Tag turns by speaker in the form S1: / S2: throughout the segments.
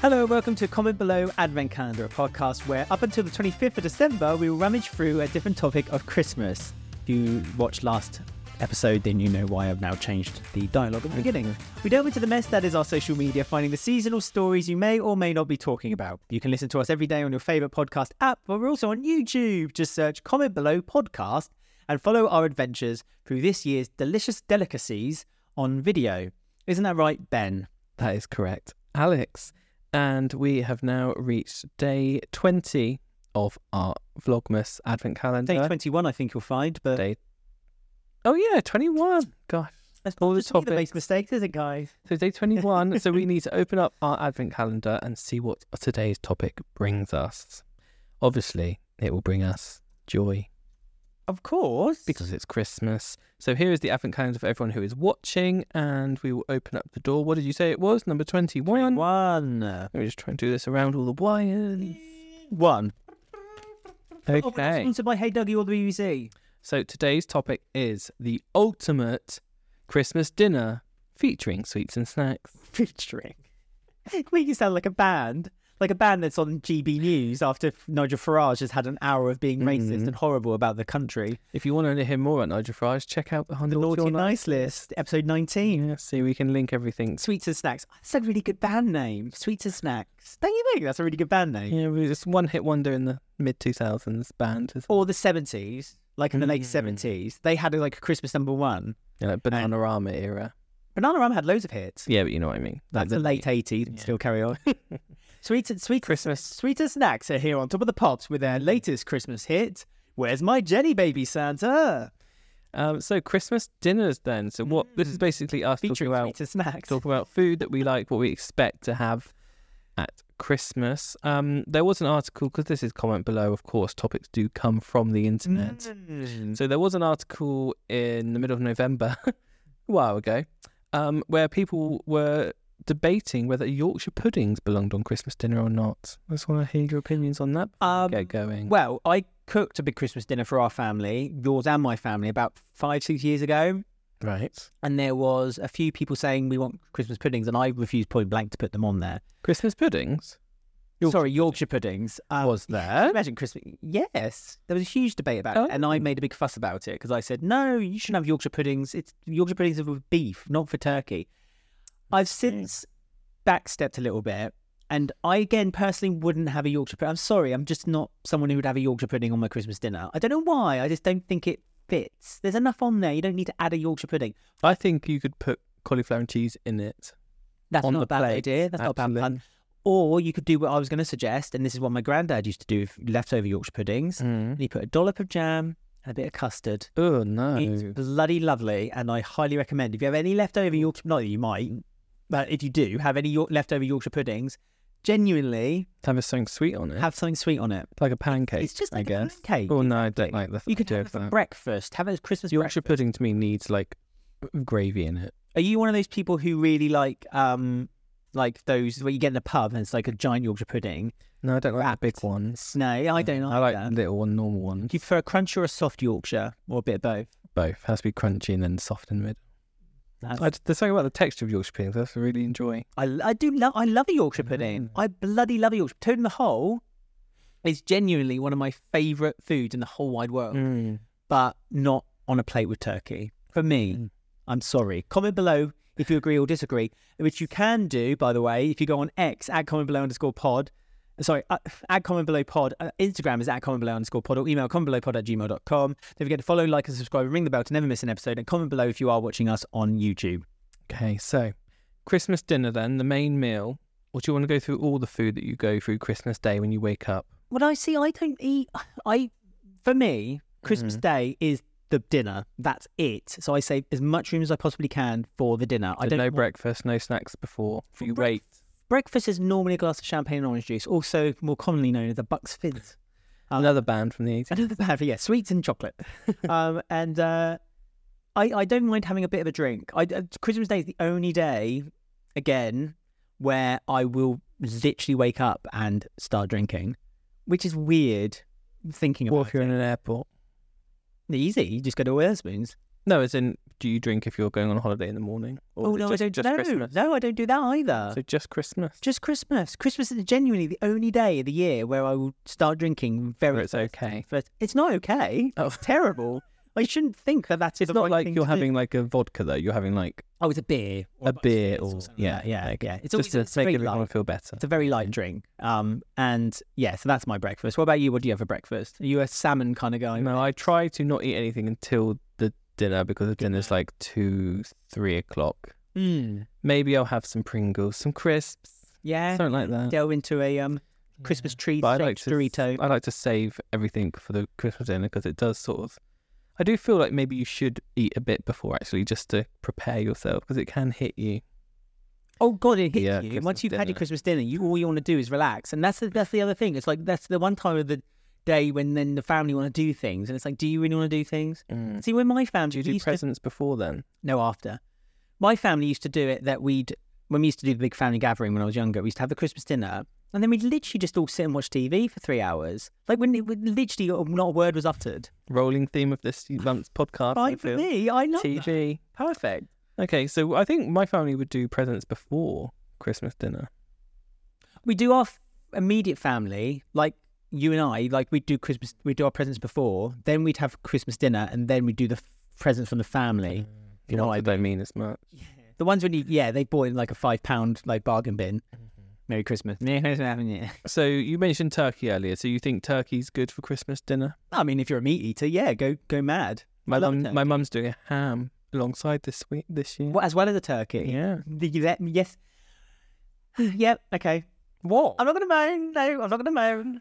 S1: Hello, welcome to Comment Below Advent Calendar, a podcast where up until the 25th of December, we will rummage through a different topic of Christmas. If you watched last episode, then you know why I've now changed the dialogue at the beginning. We delve into the mess that is our social media, finding the seasonal stories you may or may not be talking about. You can listen to us every day on your favourite podcast app, but we're also on YouTube. Just search Comment Below Podcast and follow our adventures through this year's delicious delicacies on video. Isn't that right, Ben?
S2: That is correct, Alex. And we have now reached day 20 of our Vlogmas Advent Calendar.
S1: Day 21, I think you'll find, but
S2: Day- Oh, yeah, 21. Gosh.
S1: that's
S2: all
S1: all
S2: the
S1: the top.
S2: topics.
S1: makes mistakes, is it, guys?
S2: So, day 21. so, we need to open up our Advent Calendar and see what today's topic brings us. Obviously, it will bring us joy
S1: Of course.
S2: because it's Christmas. So, here is the Advent Calendar for everyone who is watching. And we will open up the door. What did you say it was? Number 21.
S1: one.
S2: Let me just try and do this around all the wires.
S1: One. Oh, but it's
S2: Okay.
S1: sponsored by Hey Dougie or the BBC.
S2: So today's topic is the ultimate Christmas dinner featuring sweets and snacks.
S1: Featuring. We can sound like a band. Like a band that's on GB News after Nigel Farage has had an hour of being racist and horrible about the country.
S2: If you want to hear more about Nigel Farage, check out the
S1: The
S2: Hundred
S1: Naughty and Nice List, episode 19.
S2: See, we can link everything.
S1: Sweets and Snacks. That's a really good band name. Sweets and Snacks. Don't you think that's a really good band name?
S2: Yeah, we just one hit wonder in the mid 2000s band. is-
S1: or the seventies, like in the late seventies, they had like a Christmas number one.
S2: You know, Bananarama era.
S1: Banana Ram had loads of hits.
S2: Yeah, but you know what I mean. Like
S1: That's the late eighties. Still carry on. sweet and sweet
S2: Christmas.
S1: Sweet and snacks are here on top of the pops with their latest Christmas hit. Where's my Jenny Baby Santa?
S2: Um, so Christmas dinners then. So what? This is basically us
S1: Mm.
S2: talking
S1: Featuring
S2: about
S1: sweet and snacks.
S2: talk about food that we like, what we expect to have at Christmas. Um, there was an article because this is comment below. Of course, topics do come from the
S1: Mm.
S2: internet. So there was an article in the middle of November, a while ago, um, where people were debating whether Yorkshire puddings belonged on Christmas dinner or not. I just want to hear your opinions on that. before we
S1: Um,
S2: get going.
S1: Well, I cooked a big Christmas dinner for our family, yours and my family, about five six years ago.
S2: right.
S1: And there was a few people saying we want Christmas puddings, and I refused point blank to put them on there.
S2: Christmas puddings. Yorkshire
S1: Sorry, Yorkshire puddings. Um,
S2: Was
S1: can you
S2: there?
S1: Imagine Christmas. Yes, there was a huge debate about it, and
S2: Oh.
S1: I made a big fuss about it because I said no, you shouldn't have Yorkshire puddings. It's Yorkshire puddings are with beef, not for turkey. I've since backstepped a little bit, and I again personally wouldn't have a Yorkshire pudding. I'm sorry, I'm just not someone who would have a Yorkshire pudding on my Christmas dinner. I don't know why. I just don't think it fits. There's enough on there. You don't need to add a Yorkshire pudding.
S2: I think you could put cauliflower and cheese in it.
S1: That's
S2: on
S1: not
S2: the
S1: a bad
S2: plate.
S1: idea. That's
S2: Absolutely.
S1: not a bad plan. Or you could do what I was going to suggest, and this is what my granddad used to do with leftover Yorkshire puddings.
S2: Mm.
S1: And he put a dollop of jam and a bit of custard.
S2: Oh no.
S1: It's bloody lovely, and I highly recommend. If you have any leftover Yorkshire, not that you might, but if you do have any York- leftover Yorkshire puddings, genuinely
S2: Have something sweet on it.
S1: have something sweet on it.
S2: like a pancake.
S1: It's just
S2: I
S1: like a
S2: guess.
S1: pancake,
S2: Oh no, I don't
S1: exactly.
S2: like the
S1: You could
S2: idea
S1: have it
S2: of
S1: for
S2: that.
S1: breakfast. Have it as Christmas
S2: Yorkshire pudding to me needs like gravy in it.
S1: Are you one of those people who really like, um, like those where you get in a pub and it's like a giant Yorkshire pudding?
S2: No, I don't like the big ones.
S1: No, I don't like,
S2: I like
S1: that.
S2: little one, normal ones.
S1: Do you prefer a crunch or a soft Yorkshire, or a bit of both?
S2: Both has to be crunchy and then soft in the middle.
S1: That's-
S2: I, there's something about the texture of Yorkshire puddings I really enjoy.
S1: I, I do love I love a Yorkshire pudding. I bloody love a Yorkshire toad in the hole. Is genuinely one of my favourite foods in the whole wide world,
S2: Mm.
S1: but not on a plate with turkey. For me, I'm sorry. Comment below if you agree or disagree, which you can do, by the way, if you go on X at comment below underscore pod. Sorry, uh, at comment below pod. Uh, Instagram is at comment below underscore pod or email comment below pod at gmail.com. Don't forget to follow, like, and subscribe, and ring the bell to never miss an episode. And comment below if you are watching us on YouTube.
S2: Okay, so Christmas dinner then, the main meal. Or do you want to go through all the food that you go through Christmas Day when you wake up?
S1: Well, I see. I don't eat. I, for me, Christmas Day is the dinner. That's it. So I save as much room as I possibly can for the dinner. I
S2: So
S1: don't.
S2: no
S1: want-
S2: breakfast, no snacks before. You wait.
S1: Breakfast is normally a glass of champagne and orange juice, also more commonly known as the Bucks Fizz. Uh,
S2: Another band from the 80s.
S1: Another bad for yeah, sweets and chocolate. um, and uh, I I don't mind having a bit of a drink. I uh, Christmas Day is the only day, again, where I will literally wake up and start drinking, which is weird. Thinking about
S2: Or if you're in an airport.
S1: Easy. You just go to Witherspoons.
S2: No, as in do you drink if you're going on holiday in the morning? Or
S1: oh
S2: is it
S1: no,
S2: just,
S1: I don't.
S2: Just
S1: no,
S2: Christmas?
S1: no, I don't do that either.
S2: So just Christmas.
S1: just Christmas. Christmas is genuinely the only day of the year where I will start drinking. Very.
S2: Where it's okay.
S1: First. It's not okay.
S2: Oh.
S1: It's terrible. I shouldn't think that that's.
S2: It's
S1: the
S2: not
S1: right
S2: like
S1: thing
S2: you're
S1: to do.
S2: having like a vodka though. You're having like
S1: Oh, it's a beer.
S2: a beer or,
S1: yeah,
S2: yeah,
S1: yeah,
S2: like,
S1: yeah. It's
S2: just
S1: always
S2: to
S1: it's
S2: make
S1: very
S2: everyone
S1: light.
S2: feel better.
S1: It's a very light drink. Um, and yeah, so that's my breakfast. What about you? What do you have for breakfast? Are you a salmon kind of guy?
S2: No, I try to not eat anything until the dinner because the dinner's like two, three o'clock.
S1: Mm.
S2: Maybe I'll have some Pringles, some crisps,
S1: Eh, Yeah.
S2: something like that.
S1: Delve into a um Christmas tree
S2: But I like
S1: shaped
S2: to
S1: Dorito.
S2: I like to save everything for the Christmas dinner because it does sort of. I do feel like maybe you should eat a bit before actually, just to prepare yourself because it can hit you.
S1: Oh god, it hits
S2: Yeah,
S1: you.
S2: Christmas
S1: Once you've had your
S2: dinner.
S1: Christmas dinner, you all you want to do is relax, and that's the, that's the other thing. It's like that's the one time of the day when then the family want to do things, and it's like, do you really want to do things? See, when my family
S2: Do you do
S1: used to-
S2: presents before then?
S1: No, after. My family used to do it that we'd, when we used to do the big family gathering when I was younger, we used to have the Christmas dinner and then we'd literally just all sit and watch TV for three hours. Like when it would literally not a word was uttered.
S2: Rolling theme of this month's podcast. I
S1: Fine for
S2: feel.
S1: me. I love that.
S2: TV.
S1: Perfect.
S2: Okay, so I think my family would do presents before Christmas dinner.
S1: We do our f- immediate family, like you and I, like we'd do Christmas, we'd do our presents before, then we'd have Christmas dinner and then we'd do the f- presents from the family.
S2: You
S1: know
S2: know,
S1: what
S2: I
S1: I
S2: don't mean as much.
S1: The ones when you, yeah, they bought in like a five pound like bargain bin.
S2: Mm-hmm.
S1: Merry Christmas. I
S2: So you mentioned turkey earlier. So you think turkey's good for Christmas dinner?
S1: mean, if you're a meat eater, yeah, go go mad.
S2: My
S1: Love
S2: mum,
S1: turkey.
S2: my mum's doing a ham alongside this week this year.
S1: Well, as well as a turkey.
S2: Yeah.
S1: The- you let- yes. yep. Okay.
S2: What?
S1: I'm not going to moan. No, I'm not going to moan.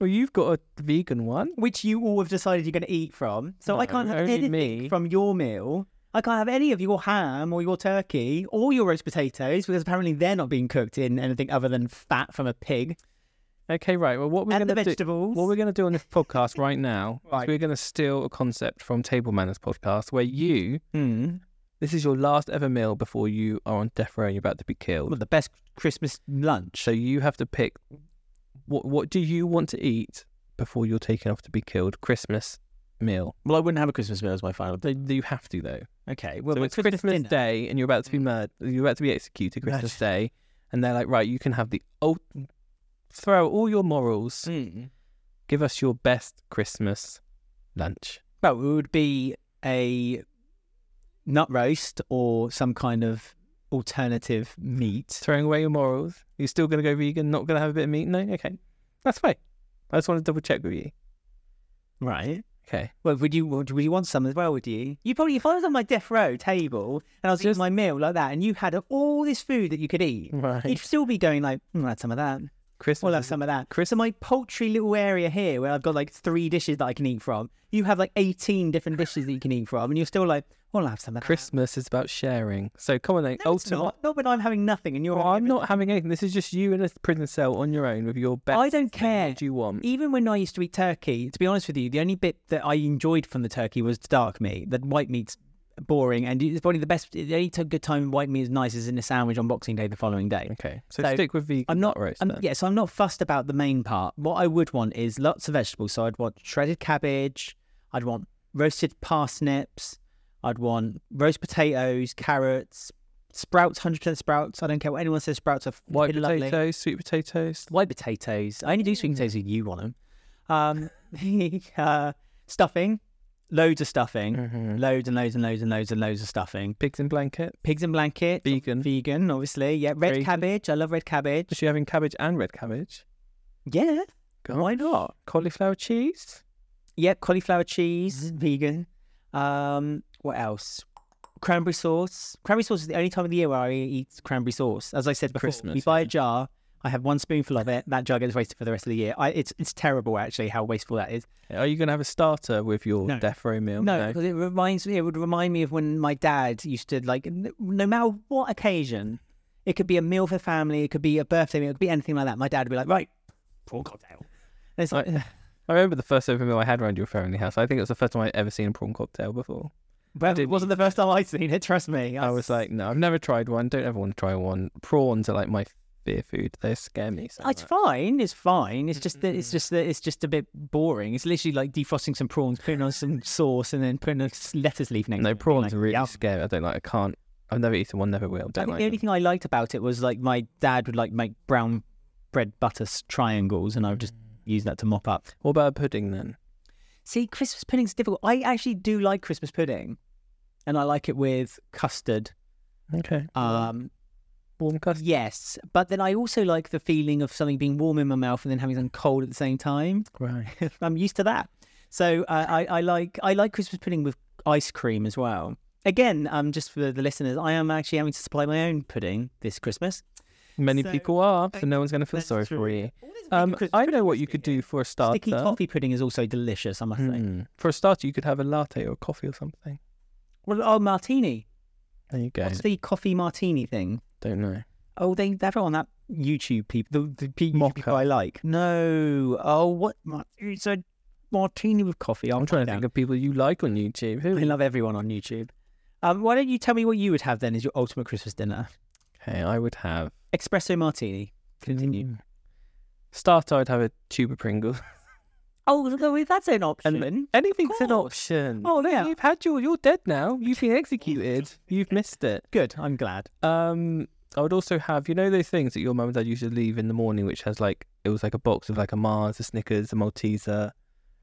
S2: Well, you've got a vegan one.
S1: Which you all have decided you're going to eat from. So I
S2: No,
S1: can't have
S2: only
S1: anything
S2: me.
S1: from your meal. I can't have any of your ham or your turkey or your roast potatoes because apparently they're not being cooked in anything other than fat from a pig
S2: Okay, right. Well, what we're
S1: and the
S2: gonna do?
S1: vegetables.
S2: What we're gonna do on this podcast right now
S1: Right.
S2: is we're gonna steal a concept from Table Manners podcast where you
S1: Hmm.
S2: this is your last ever meal before you are on death row and you're about to be killed.
S1: Well, the best Christmas lunch.
S2: So you have to pick what what do you want to eat before you're taken off to be killed? Christmas meal.
S1: Well, I wouldn't have a Christmas meal as my final.
S2: Th- You have to though.
S1: Okay. Well,
S2: so
S1: but
S2: it's Christmas,
S1: dinner. Mm.
S2: Day and you're about to be murdered. You're about to be executed
S1: Right.
S2: Christmas Day, and they're like, right, you can have the old. Throw out all your morals.
S1: Hmm.
S2: Give us your best Christmas lunch.
S1: Well, it would be a nut roast or some kind of alternative meat.
S2: Throwing away your morals. You're still going to go vegan. Not going to have a bit of meat. No, okay, that's fine. I just want to double check with you.
S1: Right.
S2: Okay.
S1: Well, would you would, would you want some as well? Would you? You probably if I was on my death row table and I was
S2: Just-
S1: eating my meal like that, and you had all this food that you could eat,
S2: Right.
S1: you'd still be going like, mm, "I'll have some of that.
S2: Christmas.
S1: We'll have
S2: is-
S1: some of that." So my paltry little area here, where I've got like three dishes that I can eat from, you have like eighteen different dishes that you can eat from, and you're still like, "Well, I'll have some of that."
S2: Christmas is about sharing. So come on then.
S1: No, it's
S2: ultimate.
S1: not. Not when I'm having nothing and you're.
S2: Well,
S1: having
S2: I'm not having anything. This is just you in a prison cell on your own with your best.
S1: I don't care.
S2: What do you want?
S1: even when I used to eat turkey, to be honest with you, the only bit that I enjoyed from the turkey was the dark meat. The white meat's boring, and it's probably the best. The only t- good time white meat is nice is in a sandwich on Boxing Day the following day.
S2: Okay. So,
S1: So,
S2: stick with vegan.
S1: I'm not
S2: nut roast.
S1: Um,
S2: then.
S1: yeah, so I'm not fussed about the main part. What I would want is lots of vegetables. So I'd want shredded cabbage. I'd want roasted parsnips. I'd want roast potatoes, carrots, sprouts, hundred percent sprouts. I don't care what anyone says. Sprouts are
S2: White
S1: fucking lovely.
S2: potatoes, sweet potatoes.
S1: white potatoes. I only do sweet potatoes if you want them. Um, uh, stuffing, loads of stuffing, loads and loads and loads and loads and loads of stuffing.
S2: Pigs in blanket.
S1: Pigs in blanket,
S2: Vegan.
S1: vegan, obviously. Yeah, red
S2: Crazy.
S1: cabbage. I love red cabbage.
S2: Is she having cabbage and red cabbage?
S1: Yeah, why not?
S2: Cauliflower cheese?
S1: Yeah, cauliflower cheese,
S2: Mm-hmm.
S1: vegan. Um, what else? Cranberry sauce. Cranberry sauce is the only time of the year where I eat cranberry sauce. As I said before, we
S2: Christmas,
S1: buy a
S2: yeah.
S1: jar. I have one spoonful of it. That jar gets wasted for the rest of the year. I, it's it's terrible actually how wasteful that is.
S2: Are you going to have a starter with your
S1: No.
S2: death row meal?
S1: No, because it reminds me. It would remind me of when my dad used to like, n- no matter what occasion, it could be a meal for family, it could be a birthday meal, it could be anything like that. My dad would be like, right, prawn cocktail. And it's like,
S2: I remember the first ever meal I had around your family house. I think it was the first time I'd ever seen a prawn cocktail before.
S1: well, it
S2: didn't
S1: wasn't the first time I'd seen it. Trust me.
S2: I was like, no, I've never tried one. Don't ever want to try one. Prawns are like my beer food. They scare me. So
S1: It's
S2: much.
S1: fine. It's fine. It's just that it's just that it's just a bit boring. It's literally like defrosting some prawns, putting on some sauce, and then putting a s- lettuce leaf next. to
S2: no
S1: it.
S2: prawns
S1: Like,
S2: are really
S1: yum.
S2: scary. I don't like. I can't. I've never eaten one. Never will.
S1: I
S2: Don't
S1: think
S2: like.
S1: the
S2: them.
S1: only thing I liked about it was like my dad would like make brown bread butter s- triangles, and I would just
S2: Mm.
S1: use that to mop up.
S2: What about a pudding then?
S1: See, Christmas pudding's difficult. I actually do like Christmas pudding, and I like it with custard.
S2: Okay.
S1: Um,
S2: Warm custard.
S1: yes, but then I also like the feeling of something being warm in my mouth and then having something cold at the same time.
S2: Right.
S1: I'm used to that. So uh, I, I like I like Christmas pudding with ice cream as well. Again, um, just for the listeners, I am actually having to supply my own pudding this Christmas.
S2: Many
S1: So-
S2: people are, so no one's going to feel
S1: That's
S2: sorry
S1: true.
S2: for you. Um, I know what you could do for a starter.
S1: Sticky toffee pudding is also delicious, I must say.
S2: Mm. For a starter, you could have a latte or coffee or something.
S1: Well, oh, martini.
S2: There you go.
S1: What's the coffee martini thing?
S2: Don't know.
S1: Oh, they they have it on that YouTube people. The, the pe- YouTube
S2: Mocha.
S1: people I like. No. Oh, what? mar- It's a martini with coffee. i
S2: I'm trying to think of people you like on YouTube. Who?
S1: I love everyone on YouTube. Um, why don't you tell me what you would have then as your ultimate Christmas dinner?
S2: Okay, I would have.
S1: Espresso martini. Continue.
S2: Mm. Starter, I'd have a tube of Pringles.
S1: Oh, no, that's an option.
S2: Anything's an
S1: course.
S2: option.
S1: Oh, yeah.
S2: You've had your. You're dead now. You've been executed. You've missed it.
S1: Good. I'm glad.
S2: Um, I would also have, you know, those things that your mum and dad used to leave in the morning, which has like it was like a box of like a Mars, a Snickers, a Malteser.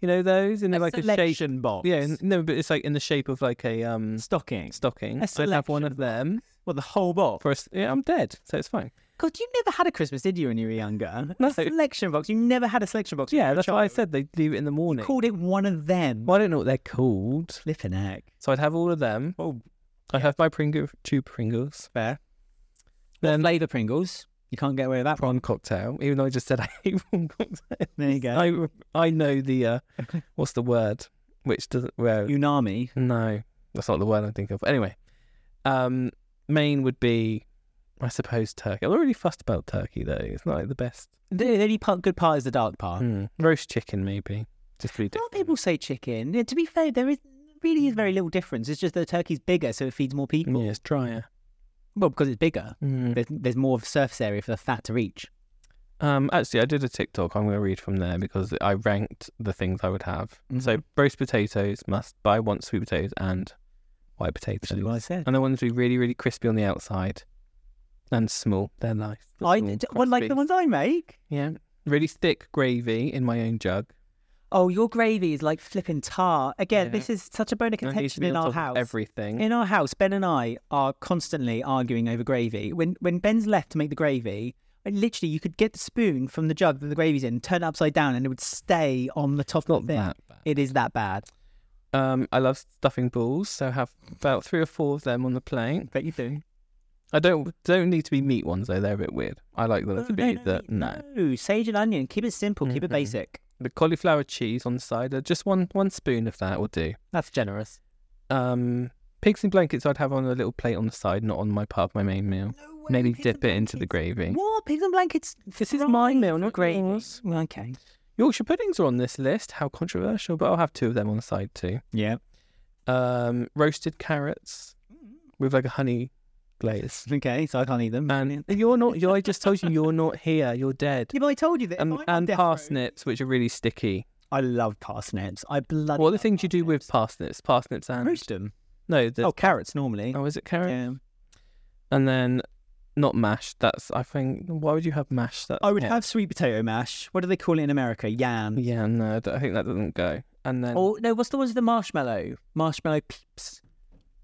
S2: You know those, and they're like a shape.
S1: selection box.
S2: Yeah, n- no, but it's like in the shape of like a um
S1: Stocking.
S2: stocking.
S1: A
S2: I'd have one of them.
S1: Well, the whole box.
S2: For us, yeah, I'm dead, so it's fine.
S1: God, you never had a Christmas, did you, when you were younger?
S2: No.
S1: A selection box. You never had a selection box. when you
S2: Yeah,
S1: were a
S2: that's why I
S1: child.
S2: said they'd leave it in the morning.
S1: Called it one of them.
S2: Well, I don't know what they're called,
S1: Flipping heck.
S2: so I'd have all of them.
S1: Oh,
S2: I'd have my Pringle, two Pringles,
S1: fair. Then
S2: Then-
S1: flavour Pringles. You can't get away with that.
S2: prawn cocktail. Even though I just said I hate prawn cocktail,
S1: There you go.
S2: I I know the uh, what's the word which doesn't well
S1: Unami.
S2: No, that's not the word I'm thinking of. Anyway, um, main would be, I suppose, turkey. I'm not really fussed about turkey though. It's not like the best.
S1: The the only part, good part is the dark part.
S2: Mm, roast chicken, maybe. Just really
S1: A lot of
S2: different.
S1: people say chicken. Yeah, to be fair, there is really is very little difference. It's just the turkey's bigger, so it feeds more people.
S2: Yeah, it's drier.
S1: Well, because it's bigger.
S2: Mm.
S1: there's, there's more of a surface area for the fat to reach.
S2: Um, actually, I did a TikTok. I'm going to read from there because I ranked the things I would have. So
S1: Mhm.
S2: roast potatoes must buy one sweet potatoes and white potatoes.
S1: Which is what I said.
S2: And the ones to be really, really crispy on the outside and small. They're nice. The
S1: I
S2: small
S1: d- well, like the
S2: crispies.
S1: ones I make.
S2: Yeah. Really thick gravy in my own jug.
S1: Oh, your gravy is like flipping tar. Again,
S2: Yeah.
S1: this is such a bone of
S2: And it needs
S1: contention
S2: to be
S1: in
S2: on
S1: our
S2: top of
S1: house.
S2: Everything.
S1: In our house, Ben and I are constantly arguing over gravy. When when Ben's left to make the gravy, I literally you could get the spoon from the jug that the gravy's in, turn it upside down, and it would stay on the top
S2: not
S1: of it.
S2: that bad.
S1: It is that bad.
S2: Um, I love stuffing balls, so have about three or four of them on the plate.
S1: But you do.
S2: I don't don't need to be meat ones though; they're a bit weird. I like the little bit that no.
S1: Oh, no. Sage and onion. Keep it simple. Keep it
S2: Mhm.
S1: basic.
S2: The cauliflower cheese on the side, uh, just one one spoon of that will do.
S1: That's generous.
S2: Um, pigs in blankets, I'd have on a little plate on the side, not on my part of my main meal. Maybe dip it into the gravy.
S1: What? Pigs and blankets? This
S2: is my meal, not yours.
S1: Okay.
S2: Yorkshire puddings are on this list. How controversial, but I'll have two of them on the side too.
S1: Yeah.
S2: Um, roasted carrots
S1: Mm.
S2: with like a honey glaze.
S1: Okay, so I can't eat them.
S2: Man, you're not. You, I just told you you're not here. You're dead.
S1: yeah, but I told you that. if
S2: Um,
S1: I'm on
S2: and
S1: death row-
S2: parsnips, which are really sticky.
S1: I love parsnips. I bloody.
S2: What are the
S1: love
S2: things you do with parsnips? Parsnips
S1: parsnips.
S2: and
S1: roast them?
S2: no, the,
S1: Oh,
S2: oh.
S1: carrots normally.
S2: is it carrot?
S1: yeah.
S2: And then not mashed. That's I think. Why would you have mashed? That
S1: I would
S2: yeah.
S1: have sweet potato mash. What do they call it in America? Yam.
S2: Yeah, no, I don't- I think that doesn't go. And then
S1: Or Oh, no, what's the ones with the marshmallow? Marshmallow peeps.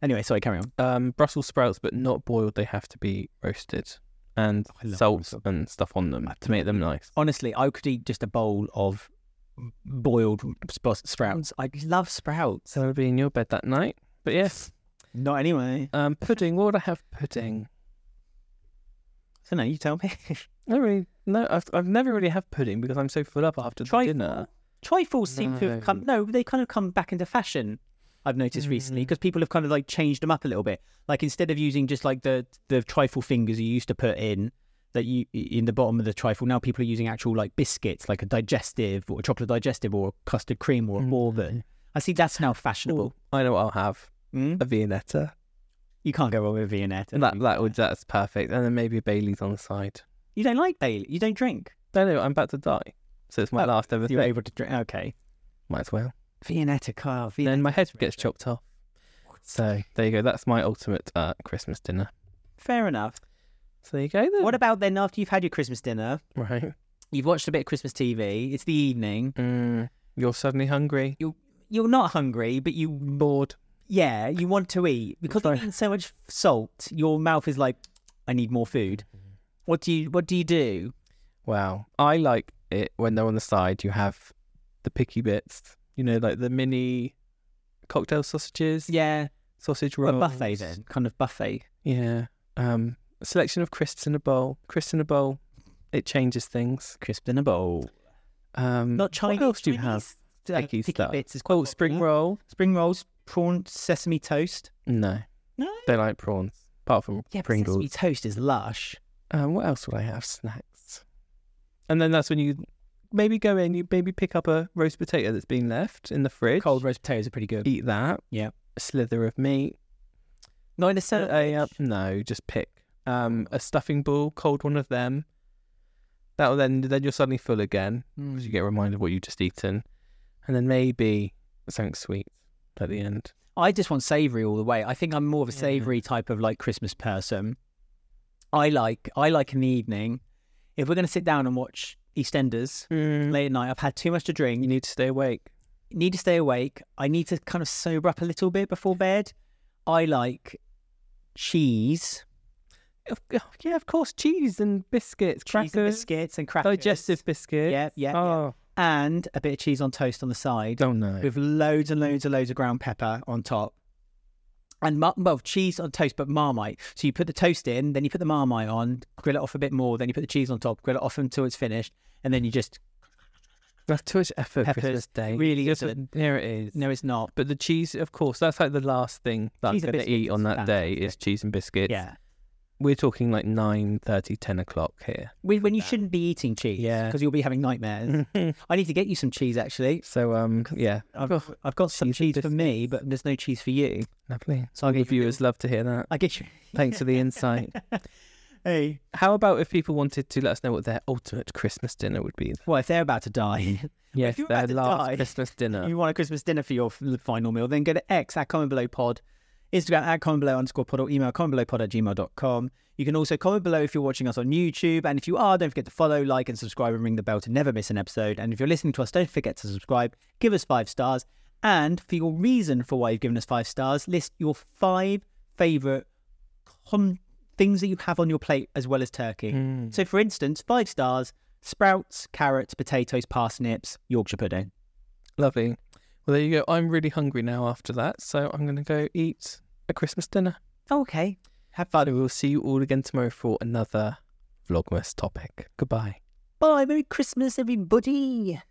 S1: Anyway, sorry, carry on.
S2: um, Brussels sprouts, but not boiled. They have to be roasted and
S1: I love
S2: salt
S1: Brussels.
S2: and stuff on them to make them nice.
S1: Honestly, I could eat just a bowl of boiled sp- sprouts. I love sprouts.
S2: So I'll be in your bed that night. But yes,
S1: Not anyway.
S2: um, pudding. What would I have? Pudding.
S1: So no, you tell me.
S2: I don't really no. I've, I've never really have pudding because I'm so full up after the
S1: Trifle.
S2: dinner.
S1: Trifles seem to have come. No, Mm. they kind of come back into fashion. I've noticed recently because people have kind of like changed them up a little bit. Like instead of using just like the the trifle fingers you used to put in that you in the bottom of the trifle, now people are using actual like biscuits, like a digestive or a chocolate digestive or a custard cream or a bourbon. I see that's now fashionable.
S2: I know what I'll have.
S1: Mm?
S2: A Viennetta.
S1: You can't go wrong with a viennette.
S2: That that would that's perfect. And then maybe a Bailey's on the side.
S1: You don't like Bailey. You don't drink.
S2: No, no, I'm about to die. So it's my
S1: Oh,
S2: last ever
S1: You're
S2: thing.
S1: able to drink. Okay.
S2: Might as well.
S1: Viennetta car.
S2: And
S1: Viennetta.
S2: then my head gets chopped off. So there you go. That's my ultimate uh, Christmas dinner.
S1: Fair enough.
S2: So there you go then.
S1: What about then after you've had your Christmas dinner?
S2: right.
S1: You've watched a bit of Christmas TV. It's the evening.
S2: Mm, you're suddenly hungry.
S1: You're not hungry, but you
S2: Bored.
S1: yeah, you want to eat because you've eaten so much salt. Your mouth is like, I need more food. What do you What do you do?
S2: Wow. I like it when they're on the side. You have the picky bits. You know, like the mini cocktail sausages,
S1: Yeah,
S2: sausage
S1: a
S2: rolls.
S1: buffet then, kind of buffet.
S2: Yeah. Um, a selection of crisps in a bowl. Crisps in a bowl. It changes things.
S1: Crisp in a bowl.
S2: Um,
S1: Not Chinese.
S2: What else do you have?
S1: Chinese, uh,
S2: Picky
S1: picky
S2: stuff.
S1: bits is quite
S2: Oh, spring
S1: popular.
S2: roll.
S1: Spring rolls, prawn, sesame toast.
S2: No,
S1: No.
S2: don't like prawns. Apart from
S1: Yeah, but
S2: Pringles.
S1: sesame toast is lush.
S2: Um, what else would I have? Snacks. And then that's when you maybe go in. You maybe pick up a roast potato that's been left in the fridge.
S1: Cold roast potatoes are pretty good.
S2: Eat that.
S1: Yeah.
S2: A slither of meat.
S1: Not in a salad.
S2: A, uh, no, just pick um, a stuffing ball, cold one of them. That will then then you're suddenly full again because
S1: mm,
S2: you get reminded of what you just eaten, and then maybe something sweet at the end.
S1: I just want savoury all the way. I think I'm more of a
S2: Yeah.
S1: savoury type of like Christmas person. I like I like in the evening. If we're gonna sit down and watch EastEnders late at night, I've had too much to drink.
S2: You need to stay awake.
S1: Need to stay awake. I need to kind of sober up a little bit before bed. I like cheese,
S2: Of- oh, Yeah, of course, cheese and biscuits,
S1: cheese and
S2: crackers,
S1: biscuits and crackers,
S2: digestive biscuits.
S1: Yeah, yeah, yeah.
S2: Oh,
S1: and a bit of cheese on toast on the side.
S2: don't know.
S1: with loads and loads and loads of ground pepper on top. And mar- well, cheese on toast, but marmite. So you put the toast in, then you put the marmite on, grill it off a bit more, then you put the cheese on top, grill it off until it's finished, and then you just
S2: That's too much effort.
S1: Peppers,
S2: Christmas Day
S1: really
S2: Yes,
S1: isn't.
S2: Here it is.
S1: no, it's not.
S2: But the cheese, of course, that's like the last thing that
S1: Cheese
S2: I'm
S1: and
S2: going to eat
S1: biscuits
S2: on
S1: is
S2: that day is cheese and biscuits.
S1: Yeah,
S2: We're talking like 9, 10 o'clock here.
S1: when, when you shouldn't be eating cheese,
S2: Yeah. Mm.
S1: because you'll be having nightmares. I need to get you some cheese actually.
S2: so, um, yeah.
S1: I've,
S2: Oh,
S1: I've got some cheese
S2: cheese and
S1: for me, but there's no cheese for you.
S2: lovely.
S1: So I'll
S2: The
S1: get you. a
S2: viewers love to hear that.
S1: little- I get you.
S2: Thanks for the insight.
S1: Hey,
S2: How about if people wanted to let us know what their ultimate Christmas dinner would be?
S1: well, if they're about to die,
S2: Yes,
S1: you're
S2: their
S1: about to
S2: last
S1: die,
S2: Christmas dinner.
S1: you want a Christmas dinner for your f- final meal, then go to X at comment below pod, Instagram at comment below underscore pod, or email comment below pod at gmail.com. You can also comment below if you're watching us on YouTube. And if you are, don't forget to follow, like, and subscribe and ring the bell to never miss an episode. And if you're listening to us, don't forget to subscribe, give us five stars. And for your reason for why you've given us five stars, list your five favorite con- things that you have on your plate as well as turkey.
S2: Mm.
S1: So, for instance, five stars sprouts, carrots, potatoes, parsnips, Yorkshire pudding.
S2: Lovely. Well, there you go. I'm really hungry now after that, so I'm going to go eat a Christmas dinner.
S1: Okay. Have fun.
S2: But we'll see you all again tomorrow for another Vlogmas topic. Goodbye.
S1: Bye. Merry Christmas, everybody.